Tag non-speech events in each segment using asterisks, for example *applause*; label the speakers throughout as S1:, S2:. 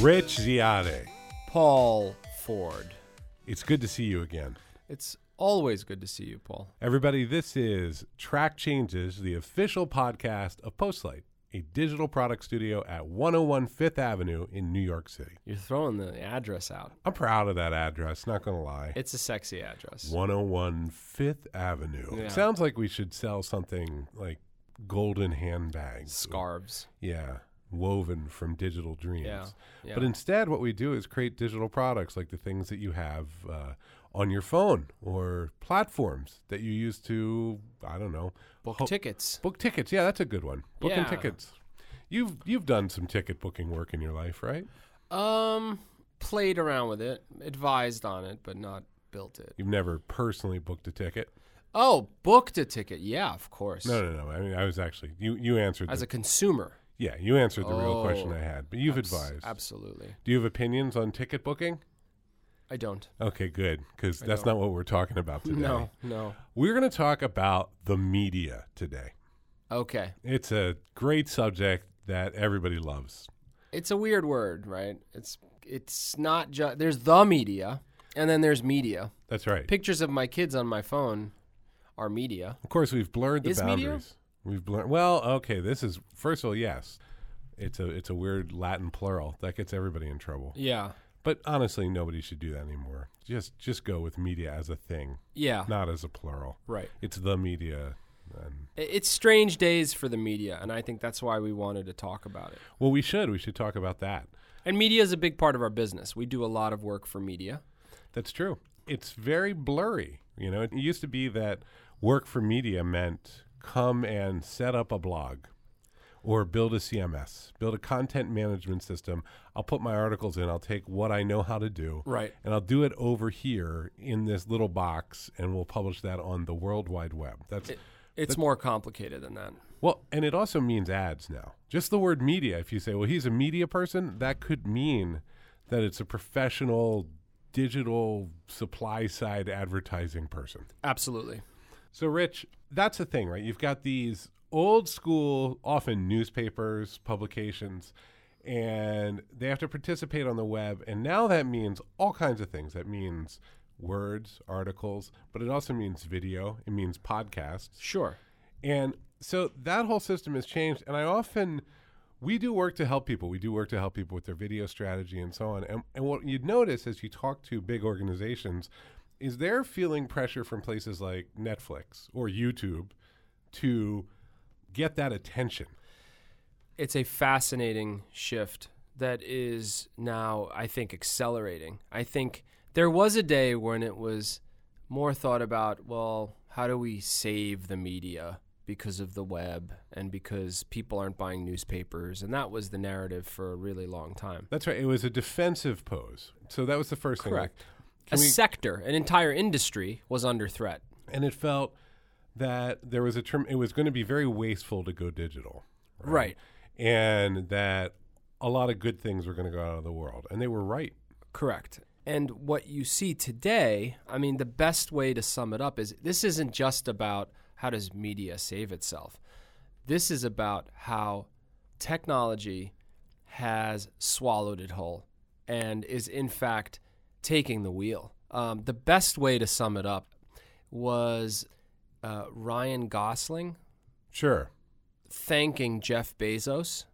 S1: Rich Ziade,
S2: Paul Ford.
S1: it's good to see you again.
S2: It's always good to see you, Paul.
S1: Everybody, this is Track Changes, the official podcast of Postlight, a digital product studio at 101 Fifth Avenue in New York City.
S2: You're throwing the address out.
S1: I'm proud of that address, not going to lie.
S2: It's a sexy address.
S1: 101 Fifth Avenue.
S2: Yeah.
S1: Sounds like we should sell something like golden handbags.
S2: Scarves.
S1: Yeah, woven from digital dreams.
S2: Yeah, yeah.
S1: But instead, what we do is create digital products like the things that you have uh, on your phone or platforms that you use to, I don't know,
S2: Book
S1: ho-
S2: tickets.
S1: book tickets. Yeah, that's a good one. Booking
S2: Yeah.
S1: tickets. You've you've done some ticket booking work in your life, right?
S2: Um, played around with it, advised on it, but not built it.
S1: You've never personally booked a ticket.
S2: Oh, booked a ticket. Yeah, of course.
S1: No, no, no. I mean, I was actually you. You answered.
S2: As
S1: the,
S2: a consumer.
S1: yeah, you answered the real
S2: Oh.
S1: question I had. But you've
S2: Abs-
S1: advised.
S2: Absolutely.
S1: do you have opinions on ticket booking?
S2: I don't.
S1: Okay, good, because that's not what we're talking about today.
S2: *laughs* No, no.
S1: We're going to talk about the media today.
S2: Okay.
S1: It's a great subject that everybody loves.
S2: It's a weird word, right? It's it's not just there's the media and then there's media.
S1: That's right.
S2: Pictures of my kids on my phone are media.
S1: Of course, we've blurred the
S2: Is media?
S1: boundaries. We've blurred. Well, okay. This is first of all, yes. It's a it's a weird Latin plural that gets everybody in trouble.
S2: Yeah.
S1: But honestly, nobody should do that anymore. Just just go with media as a thing,
S2: Yeah.
S1: not as a plural.
S2: Right.
S1: It's the media. And,
S2: I- It's strange days for the media, and I think that's why we wanted to talk about it.
S1: well, we should we should talk about that.
S2: And media is a big part of our business. We do a lot of work for media.
S1: That's true. It's very blurry. You know, it used to be that work for media meant come and set up a blog or build a CMS, build a content management system. I'll put my articles in, I'll take what I know how to do,
S2: Right.
S1: and I'll do it over here in this little box, and we'll publish that on the World Wide Web. That's.
S2: It's more complicated than that.
S1: Well, and it also means ads now. Just the word media, if you say, well, he's a media person, that could mean that it's a professional digital supply side advertising person.
S2: Absolutely.
S1: So, Rich, that's the thing, right? You've got these old school, often newspapers, publications, and they have to participate on the web. And now that means all kinds of things. That means words, articles, but it also means video, it means podcasts.
S2: Sure.
S1: And so that whole system has changed. And I often, we do work to help people. We do work to help people with their video strategy and so on. And, and what you'd notice as you talk to big organizations is they're feeling pressure from places like Netflix or YouTube to get that attention.
S2: It's a fascinating shift that is now, I think, accelerating. I think there was a day when it was more thought about, well, how do we save the media because of the web and because people aren't buying newspapers? And that was the narrative for a really long time.
S1: That's right. It was a defensive pose. So that was the first
S2: Correct.
S1: thing.
S2: a sector, an entire industry was under threat.
S1: Like, and it felt that there was a term, it was going to be very wasteful to go digital.
S2: Right.
S1: and that a lot of good things were going to go out of the world. And they were right.
S2: Correct. And what you see today, I mean, the best way to sum it up is this isn't just about how does media save itself. This is about how technology has swallowed it whole and is, in fact, taking the wheel. Um, the best way to sum it up was uh, Ryan Gosling,
S1: Sure.
S2: thanking Jeff Bezos,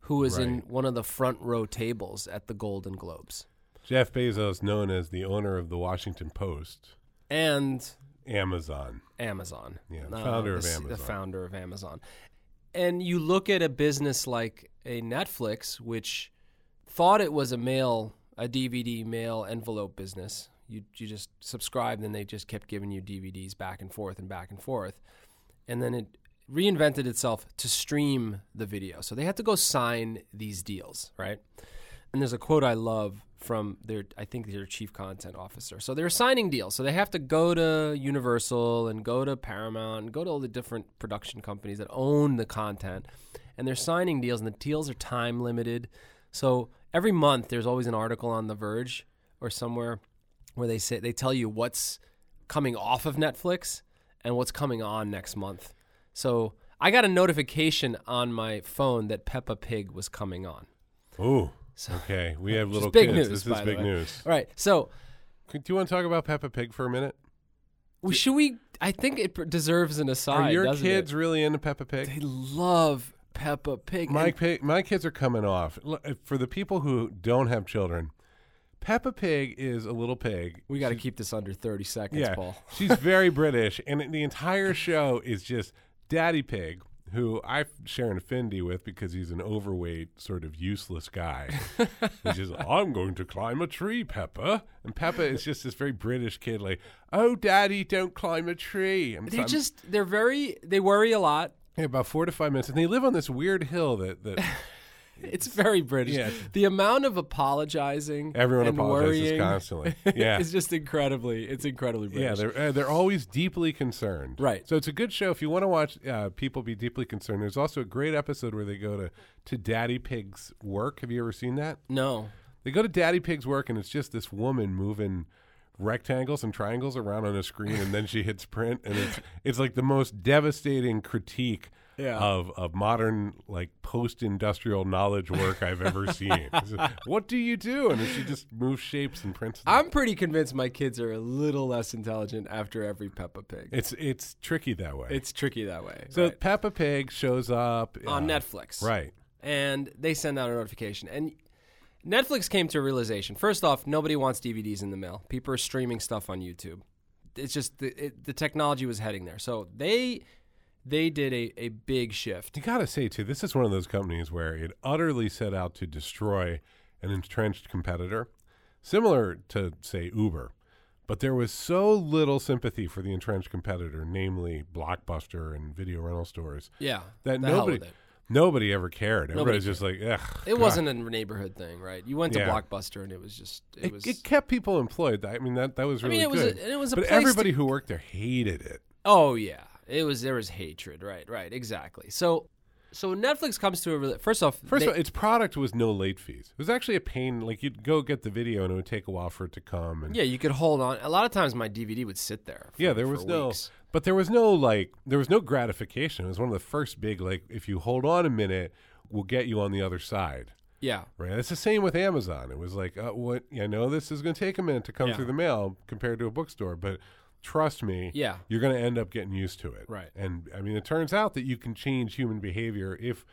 S2: who was in
S1: Right.
S2: one of the front row tables at the Golden Globes,
S1: Jeff Bezos, known as the owner of the Washington Post,
S2: and
S1: Amazon.
S2: Amazon. Uh,
S1: Yeah, the founder of
S2: the, s- The
S1: Amazon.
S2: founder of Amazon. And you look at a business like a Netflix, which thought it was a mail, a DVD mail envelope business. You, you just subscribed and they just kept giving you DVDs back and forth and back and forth. And then it reinvented itself to stream the video. So they had to go sign these deals, right? And there's a quote I love from their, I think their chief content officer. So they're signing deals. So they have to go to Universal and go to Paramount and go to all the different production companies that own the content. And they're signing deals, and the deals are time limited. So every month, there's always an article on The Verge or somewhere where they say they tell you what's coming off of Netflix and what's coming on next month. So I got a notification on my phone that Peppa Pig was coming on.
S1: Ooh,
S2: So,
S1: Okay, we have
S2: Which is
S1: little
S2: big
S1: kids.
S2: news,
S1: this
S2: by
S1: is
S2: the
S1: big
S2: way.
S1: news.
S2: all right. So,
S1: Do you want to talk about Peppa Pig for a minute?
S2: we, should we? I think it pr- deserves an aside.
S1: Are your
S2: doesn't it?
S1: kids really into Peppa Pig?
S2: They love Peppa Pig.
S1: My
S2: and
S1: pi- my kids are coming off. L- uh, For the people who don't have children, Peppa Pig is a little pig.
S2: we got to keep this under 30 seconds,
S1: Yeah,
S2: Paul.
S1: *laughs* she's very British, and the entire show is just Daddy Pig, who I share an affinity with because he's an overweight, sort of useless
S2: *laughs*
S1: guy. He says, "I'm going to climb a tree, Peppa," and Peppa is just this very British kid, like, "Oh, Daddy, don't climb a tree." And so
S2: They
S1: I'm-
S2: just they're very they worry a lot.
S1: yeah, about four to five minutes, and they live on this weird hill that that
S2: It's very British.
S1: Yeah.
S2: The amount of apologizing
S1: everyone
S2: *laughs* and
S1: apologizes
S2: worrying *laughs*
S1: constantly. Yeah,
S2: is just incredibly it's incredibly British.
S1: Yeah, they're uh, they're always deeply concerned.
S2: Right.
S1: So it's a good show if you want to watch uh, people be deeply concerned. There's also a great episode where they go to to Daddy Pig's work. Have you ever seen that?
S2: no.
S1: They go to Daddy Pig's work and it's just this woman moving rectangles and triangles around on a screen and then she hits print and
S2: *laughs*
S1: it's it's like the most devastating critique
S2: Yeah.
S1: of of modern like post-industrial knowledge work I've
S2: *laughs*
S1: ever seen. It's just, what do you do? And then she just moves shapes and prints them.
S2: I'm pretty convinced my kids are a little less intelligent after every Peppa Pig.
S1: it's it's tricky that way.
S2: It's tricky that way.
S1: So
S2: right?
S1: Peppa Pig shows up
S2: on
S1: uh,
S2: Netflix.
S1: Right.
S2: and they send out a notification. And Netflix came to a realization. First off, nobody wants DVDs in the mail. People are streaming stuff on YouTube. It's just the, it, the technology was heading there. So they they did a, a big shift.
S1: You got to say, too, this is one of those companies where it utterly set out to destroy an entrenched competitor, similar to, say, Uber. But there was so little sympathy for the entrenched competitor, namely Blockbuster and video rental stores,
S2: Yeah,
S1: that
S2: the hell
S1: nobody
S2: with it.
S1: nobody ever cared.
S2: Nobody
S1: Everybody's just like, ugh.
S2: It
S1: God."
S2: wasn't a neighborhood thing, right? You went to
S1: Yeah.
S2: Blockbuster and it was just it,
S1: It,
S2: was.
S1: it kept people employed. I mean, that, that was
S2: I mean,
S1: really
S2: it was
S1: good.
S2: a, and it was a
S1: but
S2: place to
S1: everybody who worked there hated it.
S2: Oh yeah, it was there was hatred, right? Right, exactly. So, so Netflix comes to a real- first off,
S1: First
S2: they-
S1: of all, its product was no late fees. It was actually a pain. Like you'd go get the video, and it would take a while for it to come. And
S2: yeah, you could hold on. A lot of times, my DVD would sit there. For,
S1: Yeah, there
S2: for
S1: was no,
S2: weeks.
S1: but there was no like, there was no gratification. It was one of the first big like, if you hold on a minute, we'll get you on the other side.
S2: Yeah,
S1: Right. It's the same with Amazon. It was like, uh, what? I know this is going to take a minute to come
S2: Yeah.
S1: through the mail compared to a bookstore, but trust me,
S2: Yeah.
S1: you're going to end up getting used to it.
S2: Right.
S1: And I mean, it turns out that you can change human behavior if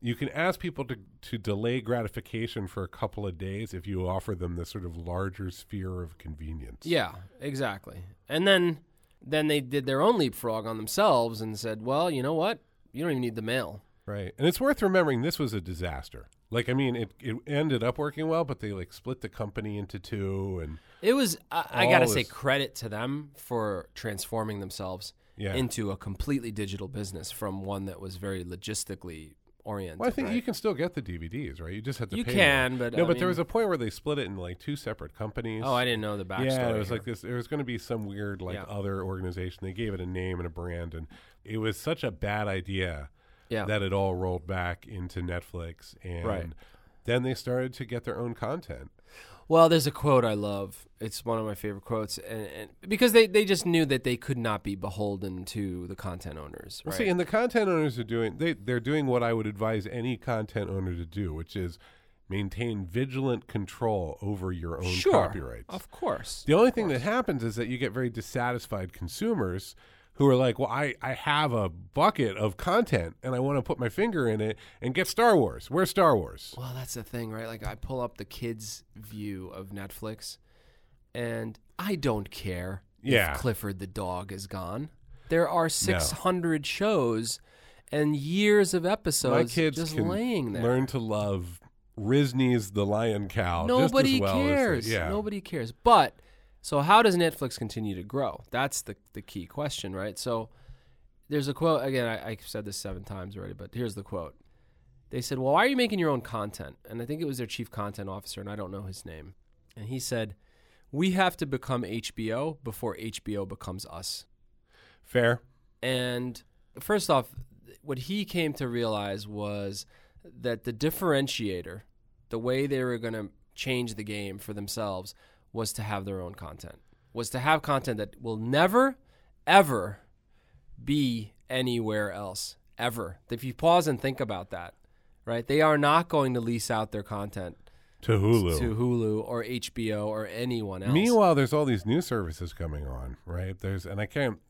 S1: you can ask people to, to delay gratification for a couple of days if you offer them this sort of larger sphere of convenience.
S2: yeah, exactly. And then, then they did their own leapfrog on themselves and said, "Well, you know what? You don't even need the mail."
S1: Right. And it's worth remembering this was a disaster. Like, I mean, it, it ended up working well, but they like split the company into two and
S2: It was. I, I
S1: All
S2: gotta
S1: this-
S2: say credit to them for transforming themselves
S1: Yeah.
S2: into a completely digital business from one that was very logistically oriented.
S1: Well, I think
S2: right?
S1: you can still get the DVDs, right? You just have to.
S2: You
S1: pay
S2: can,
S1: more.
S2: but,
S1: no.
S2: I
S1: but there
S2: mean-
S1: was a point where they split it into like two separate companies.
S2: Oh, I didn't know the backstory.
S1: yeah. It was
S2: here.
S1: like this. There was going to be some weird like
S2: Yeah.
S1: other organization. They gave it a name and a brand, and it was such a bad idea
S2: yeah.
S1: that it all rolled back into Netflix, and
S2: Right.
S1: then they started to get their own content.
S2: Well, there's a quote I love. It's one of my favorite quotes, and, and because they, they just knew that they could not be beholden to the content owners,
S1: Well,
S2: right?
S1: See, and the content owners are doing they they're doing what I would advise any content owner to do, which is maintain vigilant control over your own
S2: sure,
S1: copyrights.
S2: of course.
S1: The only thing that happens is that you get very dissatisfied consumers who are like, well, I, I have a bucket of content and I want to put my finger in it and get Star Wars. Where's Star Wars?
S2: Well, that's the thing, right? Like I pull up the kids' view of Netflix, and I don't care
S1: Yeah.
S2: if Clifford the dog is gone. There are 600 shows and years of
S1: my
S2: episodes
S1: kids
S2: just
S1: can
S2: laying there.
S1: learn to love Risney's The Lion Cow.
S2: Nobody
S1: just as well as the-
S2: cares.
S1: yeah.
S2: Nobody cares. But so how does Netflix continue to grow? That's the the key question, right? So there's a quote again. I, I said this seven times already, but here's the quote. They said, "Well, why are you making your own content?" And I think it was their chief content officer, and I don't know his name. And he said, "We have to become HBO before HBO becomes us."
S1: Fair.
S2: And first off, what he came to realize was that the differentiator, the way they were going to change the game for themselves, was to have their own content, was to have content that will never, ever be anywhere else, ever. If you pause and think about that, right? They are not going to lease out their content
S1: to Hulu.
S2: to Hulu or HBO or anyone else.
S1: Meanwhile, there's all these new services coming on, right? There's and I can't.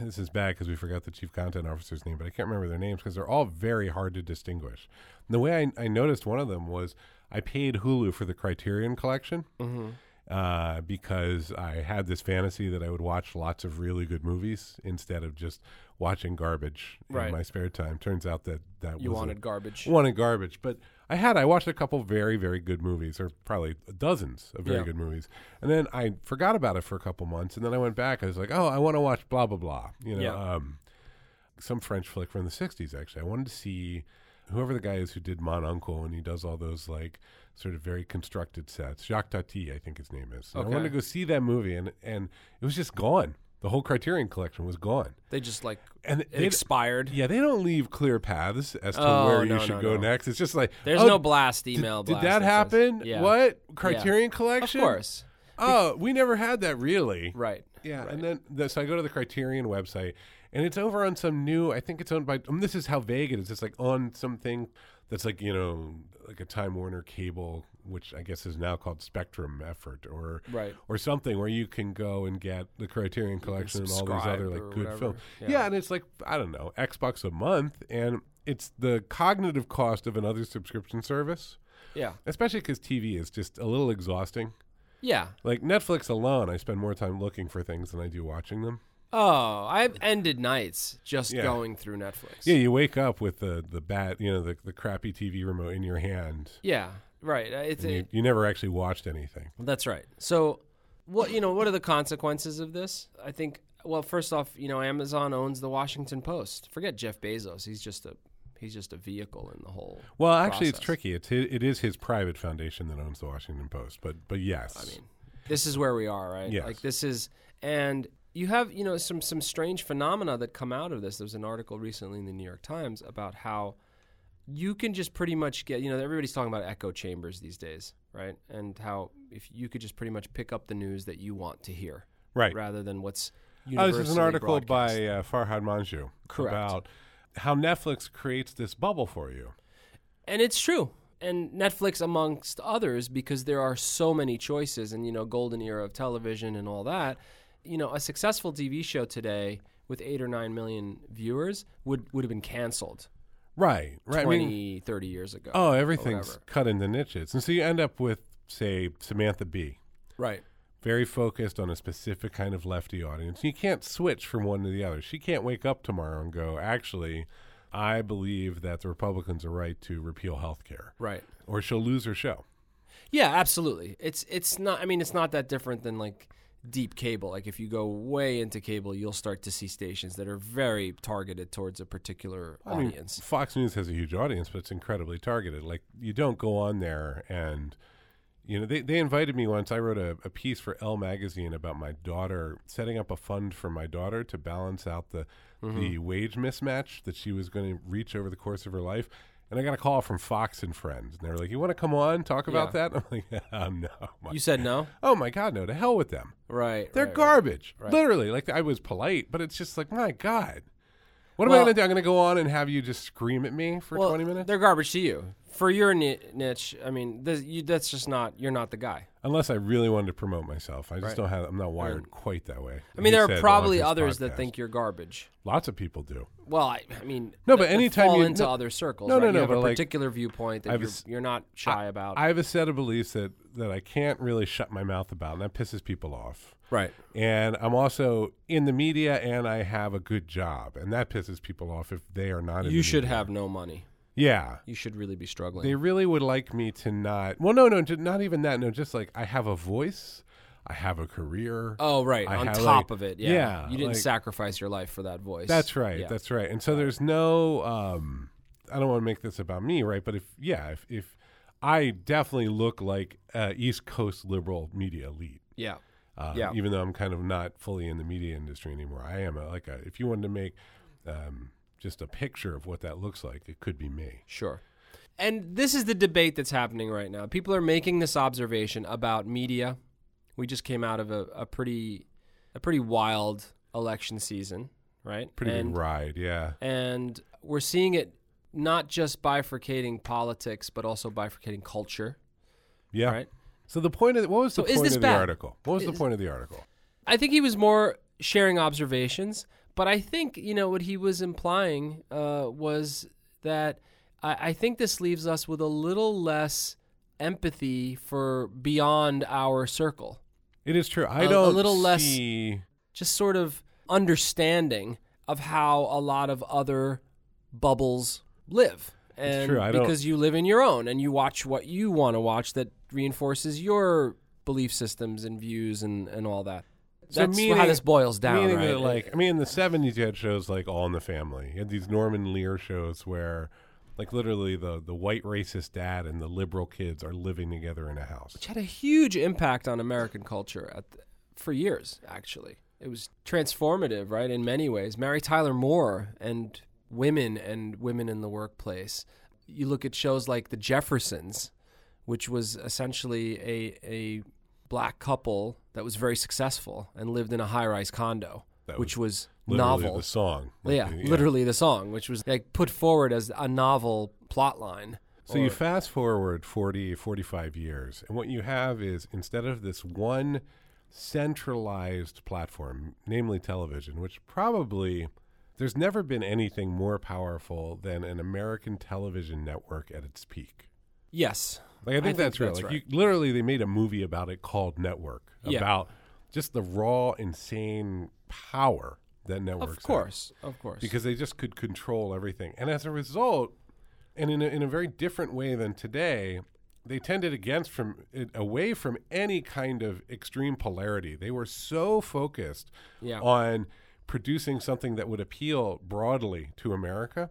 S1: This is bad because we forgot the chief content officer's name, but I can't remember their names because they're all very hard to distinguish. And the way I, I noticed one of them was I paid Hulu for the Criterion Collection
S2: Mm-hmm.
S1: uh, because I had this fantasy that I would watch lots of really good movies instead of just watching garbage
S2: Right.
S1: in my spare time. Turns out that that
S2: you
S1: was a-
S2: wanted garbage.
S1: wanted garbage. But I had I watched a couple very very good movies, or probably dozens of very
S2: Yeah.
S1: good movies, and then I forgot about it for a couple months, and then I went back. I was like, oh, I want to watch blah blah blah. You know,
S2: Yeah.
S1: um, some French flick from the '60s. Actually, I wanted to see whoever the guy is who did Mon Uncle, and he does all those like sort of very constructed sets. Jacques Tati, I think his name is. And I wanted
S2: Okay.
S1: to go see that movie, and and it was just gone. The whole Criterion collection was gone.
S2: They just like
S1: And
S2: it expired.
S1: yeah, they don't leave clear paths as to
S2: Oh,
S1: where you
S2: no,
S1: should
S2: no,
S1: go
S2: no.
S1: next. It's just like
S2: There's
S1: oh,
S2: no blast email.
S1: Did
S2: blast
S1: that
S2: says-
S1: happen?
S2: Yeah.
S1: What Criterion
S2: Of
S1: Collection?
S2: course.
S1: Oh, we never had that really.
S2: Right.
S1: Yeah, and then the, so I go to the Criterion website, and it's over on some new. I think it's owned by. Um, this is how vague it is. It's like on something that's like you know like a Time Warner cable, which I guess is now called Spectrum effort or
S2: Right.
S1: or something where you can go and get the Criterion collection and all these
S2: subscribe
S1: other
S2: or
S1: like
S2: whatever.
S1: good films.
S2: Yeah.
S1: Yeah. and it's like I don't know X bucks a month, and it's the cognitive cost of another subscription service,
S2: Yeah.
S1: especially because TV is just a little exhausting.
S2: Yeah.
S1: Like Netflix alone, I spend more time looking for things than I do watching them.
S2: Oh, I've ended nights just
S1: Yeah.
S2: going through Netflix.
S1: Yeah, you wake up with the the bat, you know, the, the crappy TV remote in your hand.
S2: Yeah, Right. Uh, It's
S1: You,
S2: it,
S1: you never actually watched anything.
S2: that's right. So, what you know? What are the consequences of this? I think. Well, first off, you know, Amazon owns the Washington Post. Forget Jeff Bezos. He's just a he's just a vehicle in the whole.
S1: Well, actually, it's
S2: Process.
S1: tricky. It's his, it is his private foundation that owns the Washington Post, but but yes, I mean,
S2: this is where we are, right?
S1: Yes.
S2: Like this is and you have, you know, some some strange phenomena that come out of this. There's an article recently in the New York Times about how you can just pretty much get, you know, everybody's talking about echo chambers these days, right? And how if you could just pretty much pick up the news that you want to hear
S1: right.
S2: rather than what's
S1: Oh,
S2: universally
S1: this is an article
S2: broadcast.
S1: by uh, Farhad Manju
S2: Correct.
S1: about how Netflix creates this bubble for you.
S2: And it's true. And Netflix, amongst others, because there are so many choices and, you know, golden era of television and all that, you know, a successful TV show today with eight or nine million viewers would, would have been canceled
S1: Right, right. I
S2: twenty, thirty
S1: mean,
S2: 30 years ago.
S1: oh, everything's
S2: whatever.
S1: cut into niches, and so you end up with, say, Samantha Bee,
S2: Right.
S1: very focused on a specific kind of lefty audience. You can't switch from one to the other. She can't wake up tomorrow and go, actually, I believe that the Republicans are right to repeal health care,
S2: Right.
S1: or she'll lose her show.
S2: Yeah, absolutely. It's it's not. I mean, it's not that different than like deep cable. Like if you go way into cable, you'll start to see stations that are very targeted towards a particular
S1: I mean,
S2: audience.
S1: Fox News has a huge audience, but it's incredibly targeted. Like you don't go on there and you know, they, they invited me once. I wrote a, a piece for Elle magazine about my daughter setting up a fund for my daughter to balance out the the
S2: Mm-hmm.
S1: wage mismatch that she was going to reach over the course of her life. And I got a call from Fox and Friends, and they were like, "You want to come on talk about that?" *laughs* I'm like, oh, "No, my,
S2: you said no.
S1: oh my God, no! To hell with them.
S2: Right.
S1: They're
S2: right, right.
S1: garbage. Literally, like I was polite, but it's just like, my God, what am I
S2: Well-
S1: going to do? I'm going to go on and have you just scream at me for 20 minutes?
S2: They're garbage to you. For your ni- niche, I mean, this, you, that's just not you're not the guy.
S1: Unless I really wanted to promote myself, I just don't have. I'm not wired quite that way.
S2: I mean, there are probably others that think you're garbage.
S1: lots of people do.
S2: Well, I, I mean,
S1: No, but
S2: that- that
S1: anytime
S2: fall
S1: you-
S2: into
S1: no-
S2: other circles,
S1: no,
S2: right?
S1: no,
S2: you
S1: no,
S2: have
S1: but,
S2: a
S1: like,
S2: particular viewpoint that
S1: I've
S2: you're,
S1: s-
S2: you're not shy about.
S1: I have a set of beliefs that that I can't really shut my mouth about, and that pisses people off.
S2: right.
S1: And I'm also in the media, and I have a good job, and that pisses people off if they are not. In
S2: You
S1: the
S2: should
S1: media.
S2: have no money.
S1: Yeah,
S2: You should really be struggling.
S1: They really would like me to not. Well, no, no, ju- not even that. No, just like I have a voice, I have a career.
S2: oh, right.
S1: I
S2: On
S1: have, like-
S2: top of it, yeah,
S1: yeah,
S2: you didn't
S1: like-
S2: sacrifice your life for that voice.
S1: that's right.
S2: Yeah.
S1: That's right. And so there's no. um I don't want to make this about me, right? But if yeah, if if I definitely look like uh, East Coast liberal media elite.
S2: yeah.
S1: Uh,
S2: Yeah.
S1: Even though I'm kind of not fully in the media industry anymore, I am a, like a, if you wanted to make um, just a picture of what that looks like, it could be me.
S2: Sure. And this is the debate that's happening right now. People are making this observation about media. We just came out of a, a pretty a pretty wild election season, right?
S1: Pretty
S2: and,
S1: big ride, yeah.
S2: and we're seeing it not just bifurcating politics, but also bifurcating culture.
S1: Yeah.
S2: Right.
S1: So the point of what was the
S2: So is
S1: point
S2: this
S1: of the
S2: bad?
S1: article? What was the
S2: Is-
S1: point of the article?
S2: I think he was more sharing observations, but I think you know what he was implying uh, was that I, I think this leaves us with a little less empathy for beyond our circle,
S1: It is true. I
S2: A- a
S1: don't
S2: little less-
S1: see-
S2: just sort of understanding of how a lot of other bubbles live. And
S1: true, I don't-
S2: because you live in your own and you watch what you want to watch that reinforces your belief systems and views and, and all that.
S1: So
S2: That's how
S1: meaning-
S2: this boils down,
S1: Meaning
S2: right?
S1: that, like, I mean, in the '70s, you had shows like All in the Family. You had these Norman Lear shows where, like, literally the the white racist dad and the liberal kids are living together in a house.
S2: which had a huge impact on American culture at the, for years. Actually, it was transformative, right? In many ways, Mary Tyler Moore and women and women in the workplace. You look at shows like The Jeffersons, which was essentially a a black couple that was very successful and lived in a high rise condo,
S1: That
S2: which was
S1: Literally
S2: novel.
S1: the song. Like,
S2: yeah, literally the song, which was like put forward as a novel plot line.
S1: So you fast forward 40, 45 years, and what you have is instead of this one centralized platform, namely television, which probably there's never been anything more powerful than an American television network at its peak.
S2: Yes,
S1: Like I think,
S2: think
S1: that's, right.
S2: that's
S1: Like
S2: right.
S1: you literally they made a movie about it called Network
S2: Yeah.
S1: about just the raw insane power that networks
S2: of
S1: have
S2: course, of course.
S1: because they just could control everything. And as a result, and in a, in a very different way than today, they tended against from it, away from any kind of extreme polarity. They were so focused
S2: Yeah.
S1: on producing something that would appeal broadly to America.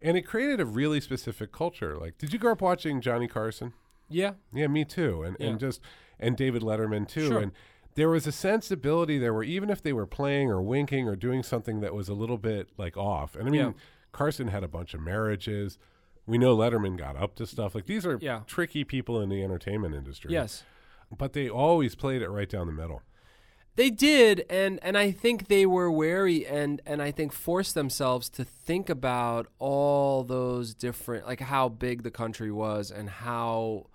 S1: And it created a really specific culture. Like, did you grow up watching Johnny Carson?
S2: yeah,
S1: Yeah, me too. And
S2: Yeah.
S1: and just and David Letterman too.
S2: Sure.
S1: And there was a sensibility there where even if they were playing or winking or doing something that was a little bit like off. And I mean,
S2: Yeah.
S1: Carson had a bunch of marriages. We know Letterman got up to stuff. Like these are
S2: Yeah.
S1: tricky people in the entertainment industry.
S2: yes.
S1: But they always played it right down the middle.
S2: They did, and and I think they were wary, and and I think forced themselves to think about all those different, like how big the country was and how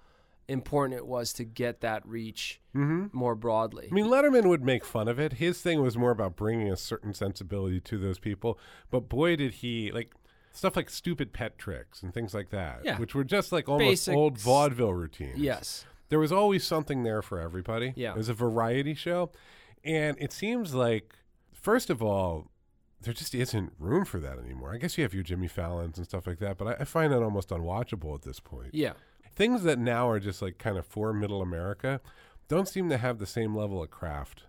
S2: important it was to get that reach
S1: Mm-hmm.
S2: more broadly.
S1: I mean, Letterman would make fun of it. His thing was more about bringing a certain sensibility to those people. But boy, did he like stuff like stupid pet tricks and things like that,
S2: Yeah.
S1: which were just like almost
S2: Basic
S1: old
S2: s-
S1: vaudeville routines.
S2: Yes,
S1: there was always something there for everybody.
S2: Yeah.
S1: It was a variety show. And it seems like, first of all, there just isn't room for that anymore. I guess you have your Jimmy Fallons and stuff like that, but I, I find that almost unwatchable at this point.
S2: yeah,
S1: Things that now are just like kind of for middle America don't seem to have the same level of craft.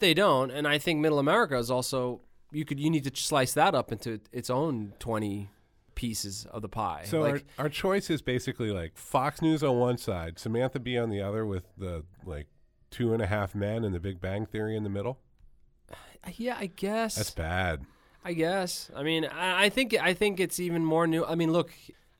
S2: they don't, and I think Middle America is also you could you need to slice that up into its own twenty pieces of the pie.
S1: So
S2: like,
S1: our, our choice is basically like Fox News on one side, Samantha Bee on the other, with the like two and a half men and the Big Bang Theory in the middle.
S2: yeah, I guess
S1: That's bad.
S2: I guess. I mean, I, I think I think it's even more new. I mean, look,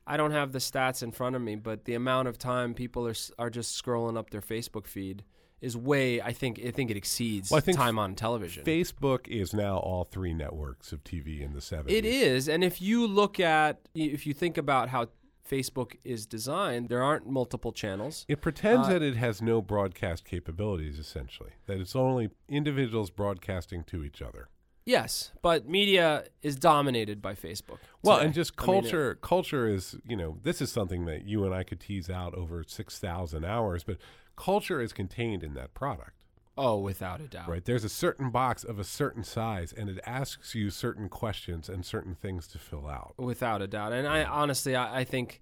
S2: I don't have the stats in front of me, but the amount of time people are s- are just scrolling up their Facebook feed is way. I think I think it exceeds
S1: Well, I think
S2: time on television.
S1: Facebook is now all three networks of TV in the 70s.
S2: It is, and if you look at if you think about how Facebook is designed, there aren't multiple channels.
S1: It
S2: Uh,
S1: pretends that it has no broadcast capabilities, essentially, that it's only individuals broadcasting to each other.
S2: Yes, but media is dominated by Facebook.
S1: Well,
S2: today.
S1: and just
S2: I mean, it-
S1: culture. culture is, you know, this is something that you and I could tease out over 6,000 hours, but culture is contained in that product,
S2: oh, without a doubt.
S1: right? There's a certain box of a certain size, and it asks you certain questions and certain things to fill out.
S2: without a doubt. And I honestly, I, I think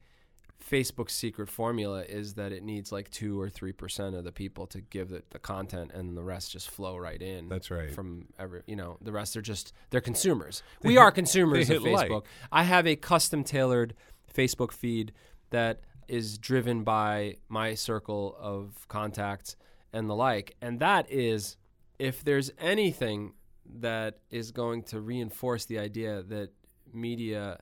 S2: Facebook's secret formula is that it needs like two or three percent of the people to give it the content, and the rest just flow right in.
S1: That's right.
S2: From every, you know, the rest are just they're consumers. we are consumers
S1: they
S2: of
S1: hit like.
S2: Facebook. I have a custom tailored Facebook feed that is driven by my circle of contacts and the like, and that is if there's anything that is going to reinforce the idea that media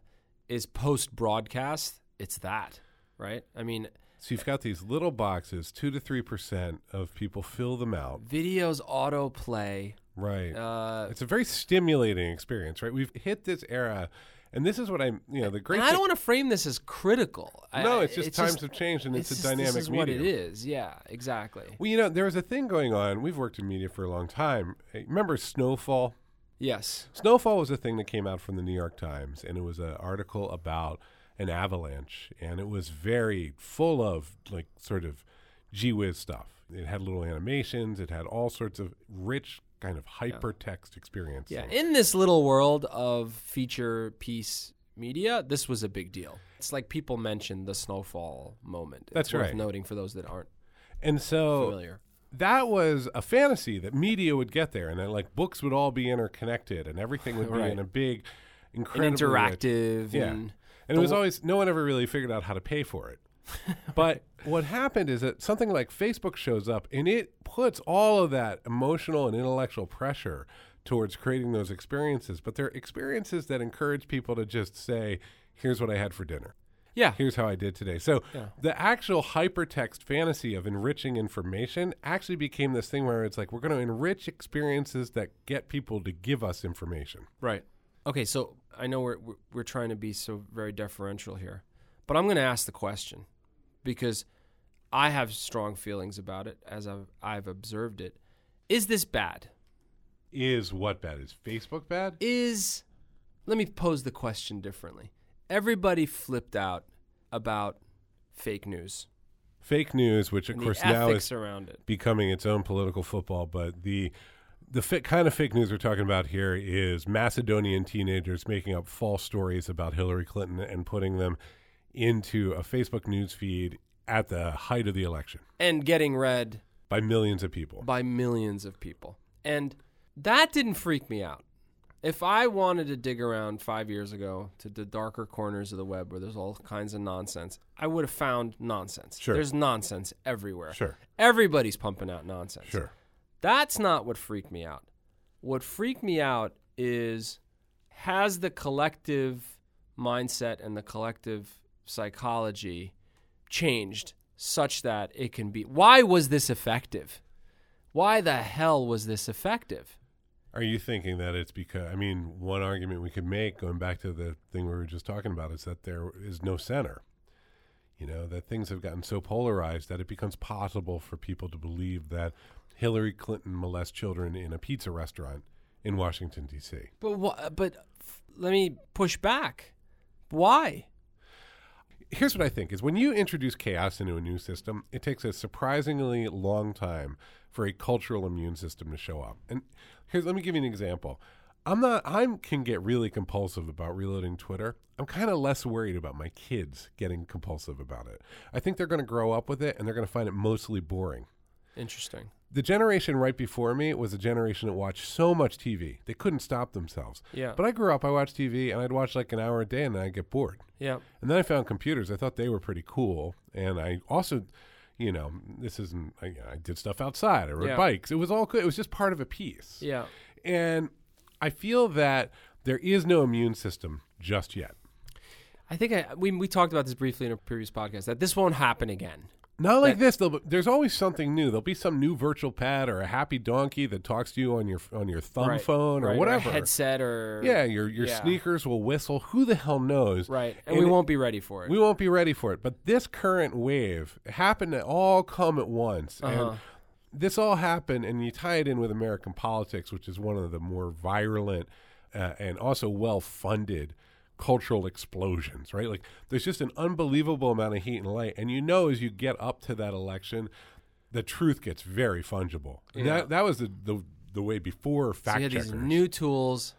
S2: is post broadcast, it's that, right? I mean,
S1: So you've got these little boxes, 2 to 3% of people fill them out.
S2: videos autoplay.
S1: Right.
S2: Uh,
S1: It's a very stimulating experience, right? We've hit this era And this is what I'm, you know, the great.
S2: And I
S1: thing-
S2: don't want to frame this as critical. I-
S1: no, it's just times
S2: just-
S1: have changed, and it's, a
S2: just-
S1: dynamic
S2: This is
S1: medium.
S2: what it is. Yeah, exactly.
S1: Well, you know, there was a thing going on. We've worked in media for a long time. Hey, Remember Snowfall?
S2: Yes.
S1: Snowfall was a thing that came out from the New York Times, and it was an article about an avalanche, and it was very full of like sort of gee whiz stuff. It had little animations. It had all sorts of rich kind of hypertext experience.
S2: Yeah.
S1: things.
S2: In this little world of feature piece media, this was a big deal. It's like people mentioned the snowfall moment. It's
S1: That's
S2: worth
S1: right. Oh,
S2: Noting for those that aren't
S1: and so
S2: familiar.
S1: that was a fantasy that media would get there, and that like books would all be interconnected, and everything would be
S2: Right.
S1: in a big, incredible
S2: And interactive.
S1: Yeah.
S2: And,
S1: And it was always no one ever really figured out how to pay
S2: *laughs*
S1: for it. But what happened is that something like Facebook shows up and it puts all of that emotional and intellectual pressure towards creating those experiences, but they're experiences that encourage people to just say, here's what I had for dinner.
S2: yeah.
S1: Here's how I did today. So
S2: Yeah.
S1: the actual hypertext fantasy of enriching information actually became this thing where it's like we're going to enrich experiences that get people to give us information.
S2: Right. Okay, so I know we're we're- we're trying to be so very deferential here, but I'm going to ask the question because I have strong feelings about it as I've I've observed it. Is this bad?
S1: Is what bad? Is Facebook bad?
S2: Is let me pose the question differently. Everybody flipped out about fake news.
S1: fake news, which of
S2: and
S1: course
S2: the
S1: now
S2: ethics
S1: is
S2: around it.
S1: becoming its own political football, but the the fi- kind of fake news we're talking about here is Macedonian teenagers making up false stories about Hillary Clinton and putting them into a Facebook news feed at the height of the election
S2: And getting read
S1: by millions of people.
S2: by millions of people. And that didn't freak me out. If I wanted to dig around five years ago to the darker corners of the web where there's all kinds of nonsense, I would have found nonsense.
S1: Sure.
S2: There's nonsense everywhere.
S1: Sure,
S2: Everybody's pumping out nonsense.
S1: sure.
S2: That's not what freaked me out. What freaked me out is has the collective mindset and the collective psychology changed such that it can be why was this effective? Why the hell was this effective?
S1: Are you thinking that it's because? I mean, one argument we could make, going back to the thing we were just talking about, is that there is no center. You know that things have gotten so polarized that it becomes possible for people to believe that Hillary Clinton molests children in a pizza restaurant in Washington D.C.
S2: But wha- but f- let me push back. Why?
S1: Here's what I think is when you introduce chaos into a new system, it takes a surprisingly long time for a cultural immune system to show up. And here's let me give you an example. I'm not I'm can get really compulsive about reloading Twitter. I'm kind of less worried about my kids getting compulsive about it. I think they're going to grow up with it and they're going to find it mostly boring.
S2: Interesting.
S1: The generation right before me was a generation that watched so much TV. They couldn't stop themselves.
S2: Yeah.
S1: But I grew up, I watched TV and I'd watch like an hour a day and then I'd get bored.
S2: Yeah.
S1: And then I found computers. I thought they were pretty cool. And I also, you know, this isn't, I, I did stuff outside. I rode
S2: Yeah.
S1: bikes. It was all good. It was just part of a piece.
S2: Yeah.
S1: And I feel that there is no immune system just yet.
S2: I think I, we we talked about this briefly in a previous podcast that this won't happen again.
S1: Not like this. Though, but there's always something new. There'll be some new virtual pad or a happy donkey that talks to you on your on your thumb
S2: Right.
S1: phone or
S2: Right,
S1: whatever.
S2: a headset or
S1: yeah, your your
S2: Yeah.
S1: sneakers will whistle. Who the hell knows?
S2: Right. And, we
S1: it-
S2: won't be ready for it.
S1: We won't be ready for it. But this current wave happened to all come at once.
S2: Uh-huh.
S1: And this all happened, and you tie it in with American politics, which is one of the more virulent uh, and also well funded cultural explosions, right? Like there's just an unbelievable amount of heat and light. And you know, as you get up to that election, the truth gets very fungible. And
S2: Yeah.
S1: That, that was the, the, the way before
S2: So
S1: fact
S2: we had
S1: checkers.
S2: these new tools.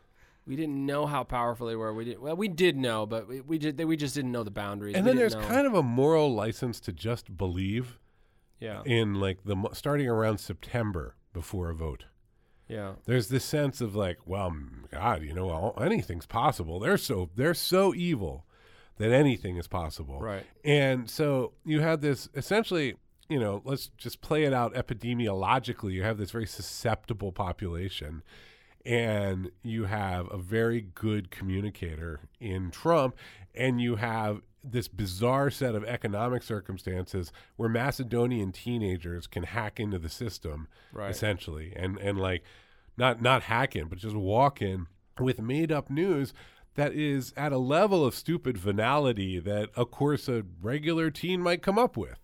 S2: We didn't know how powerful they were. We did well. We did know, but we, we did. We just didn't know the boundaries.
S1: and
S2: We
S1: then
S2: didn't
S1: there's
S2: know-
S1: kind of a moral license to just believe.
S2: yeah,
S1: in like the mo- starting around September before a vote.
S2: yeah,
S1: There's this sense of like, well, m- God, you know, all, anything's possible. They're so they're so evil that anything is possible.
S2: Right.
S1: And so you have this essentially, you know, let's just play it out epidemiologically. You have this very susceptible population and you have a very good communicator in Trump, and you have this bizarre set of economic circumstances where Macedonian teenagers can hack into the system
S2: Right.
S1: essentially and and like not not hack in but just walk in with made up news that is at a level of stupid venality that, of course, a regular teen might come up with.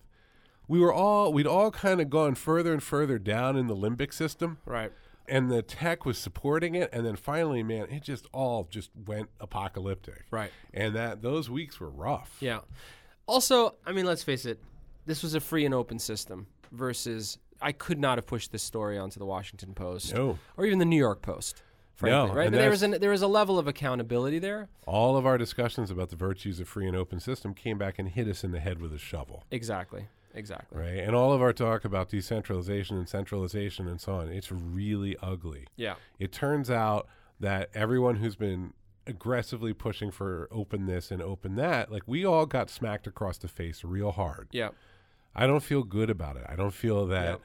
S1: We were all, we'd all kind of gone further and further down in the limbic system,
S2: Right.
S1: and the tech was supporting it. And then finally, man, it just all just went apocalyptic.
S2: Right.
S1: And that those weeks were rough.
S2: Yeah. Also, I mean, let's face it, this was a free and open system versus I could not have pushed this story onto the Washington Post
S1: No.
S2: or even the New York Post. Frankly,
S1: No,
S2: right?
S1: and
S2: There
S1: that's-
S2: was an, there was a level of accountability there.
S1: All of our discussions about the virtues of free and open system came back and hit us in the head with a shovel.
S2: Exactly. Exactly.
S1: Right. And all of our talk about decentralization and centralization and so on, it's really ugly.
S2: Yeah.
S1: It turns out that everyone who's been aggressively pushing for open this and open that, like we all got smacked across the face real hard.
S2: Yeah.
S1: I don't feel good about it. I don't feel that
S2: Yep.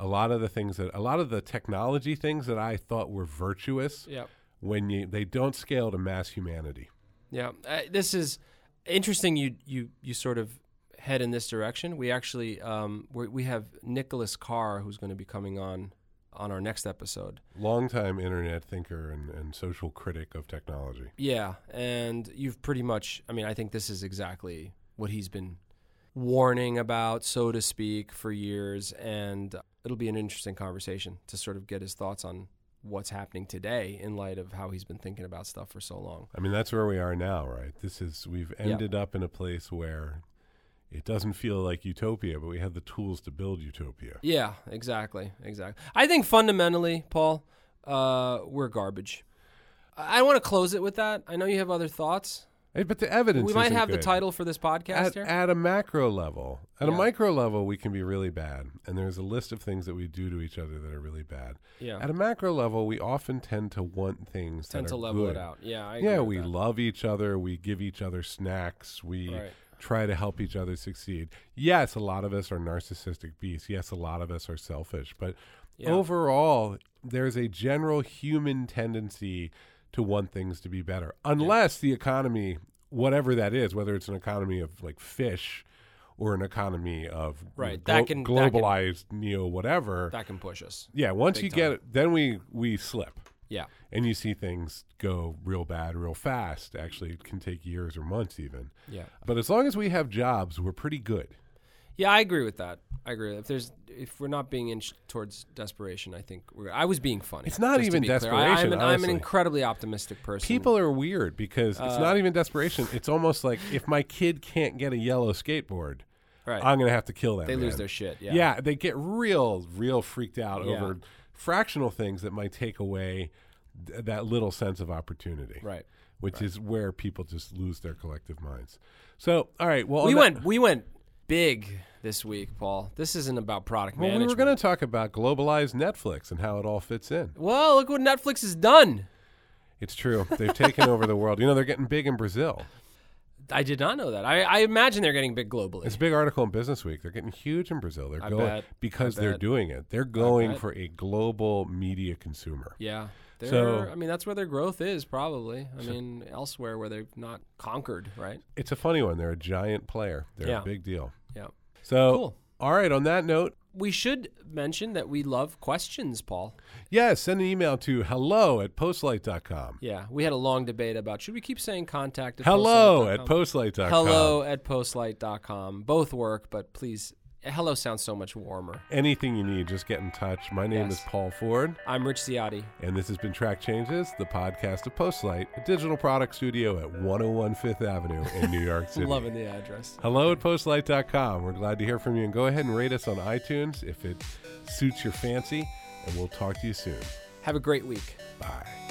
S1: a lot of the things that a lot of the technology things that I thought were virtuous
S2: Yeah.
S1: when you they don't scale to mass humanity.
S2: Yeah, uh, this is interesting. You you you sort of head in this direction. We actually um, we we have Nicholas Carr who's going to be coming on on our next episode.
S1: Longtime internet thinker and, and social critic of technology.
S2: Yeah, and you've pretty much. I mean, I think this is exactly what he's been warning about, so to speak, for years. And it'll be an interesting conversation to sort of get his thoughts on what's happening today in light of how he's been thinking about stuff for so long.
S1: I mean, that's where we are now, right? This is we've ended up in a place where it doesn't feel like utopia, but we have the tools to build utopia.
S2: Yeah, exactly, exactly. I think fundamentally, Paul, uh, we're garbage. I, I want to close it with that. I know you have other thoughts.
S1: Hey, but the evidence
S2: we might
S1: isn't
S2: have the
S1: good.
S2: title for this podcast
S1: at,
S2: here.
S1: at a macro level. At a
S2: Yeah.
S1: micro level, we can be really bad, and there's a list of things that we do to each other that are really bad.
S2: yeah,
S1: At a macro level, we often tend to want things
S2: tend
S1: that
S2: to
S1: are
S2: level
S1: good.
S2: it out. Yeah, I agree
S1: Yeah,
S2: with
S1: we
S2: that.
S1: love each other. We give each other snacks. We
S2: Right.
S1: try to help each other succeed. Yes, a lot of us are narcissistic beasts. Yes, a lot of us are selfish. But
S2: Yeah.
S1: overall, there's a general human tendency to want things to be better, unless the economy, whatever that is, whether it's an economy of like fish or an economy of you know,
S2: Right, that can- that can-
S1: globalized neo whatever.
S2: that can push us.
S1: yeah, once you
S2: time.
S1: get it, then we we slip
S2: Yeah,
S1: and you see things go real bad real fast actually it can take years or months even
S2: yeah,
S1: but as long as we have jobs we're pretty good
S2: yeah. I agree with that. I agree. If there's if we're not being inched towards desperation, I think we're. I was being funny.
S1: It's not
S2: just to
S1: even
S2: be clear. I,
S1: desperation,
S2: I'm, an, I'm an
S1: honestly.
S2: incredibly optimistic person.
S1: people are weird because
S2: Uh,
S1: it's not even desperation it's almost like if my kid can't get a yellow skateboard
S2: Right.
S1: i'm gonna have to kill that
S2: they lose
S1: man.
S2: their shit.
S1: yeah. they get real real freaked out
S2: Yeah.
S1: over fractional things that might take away th- that little sense of opportunity
S2: Right.
S1: which is where people just lose their collective minds so all right well
S2: we
S1: on Oh, that-
S2: went we went big this week, Paul. This isn't about product
S1: Well, we
S2: management.
S1: were going to talk about globalized Netflix and how it all fits in.
S2: Well, look what Netflix has done.
S1: It's true. They've taken over the world. You know, they're getting big in Brazil.
S2: I did not know that. I, I imagine they're getting big globally.
S1: It's a big article in Business Week. They're getting huge in Brazil. They're going
S2: bet.
S1: because
S2: I
S1: they're
S2: bet.
S1: doing it. They're going
S2: bet.
S1: for a global media consumer.
S2: yeah. They're,
S1: So-
S2: I mean, that's where their growth is probably. I mean, elsewhere where they've not conquered, right?
S1: It's a funny one. They're a giant player. They're
S2: Yeah.
S1: a big deal.
S2: Yeah.
S1: So,
S2: Cool.
S1: all right, on that note,
S2: We should mention that we love questions, Paul.
S1: yes, send an email to hello at postlight.com.
S2: Yeah. We had a long debate about should we keep saying contact at
S1: Hello
S2: postlight.com?
S1: at postlight.com.
S2: hello at postlight.com. Both work, but please, hello sounds so much warmer.
S1: Anything you need, just get in touch. My name
S2: Yes.
S1: is Paul Ford.
S2: I'm Rich Ciotti.
S1: And this has been Track Changes, the podcast of Postlight, a digital product studio at 101 Fifth Avenue in New
S2: *laughs*
S1: York City.
S2: Loving the address.
S1: Hello at postlight.com. We're glad to hear from you. And go ahead and rate us on iTunes if it suits your fancy. And we'll talk to you soon.
S2: Have a great week.
S1: Bye.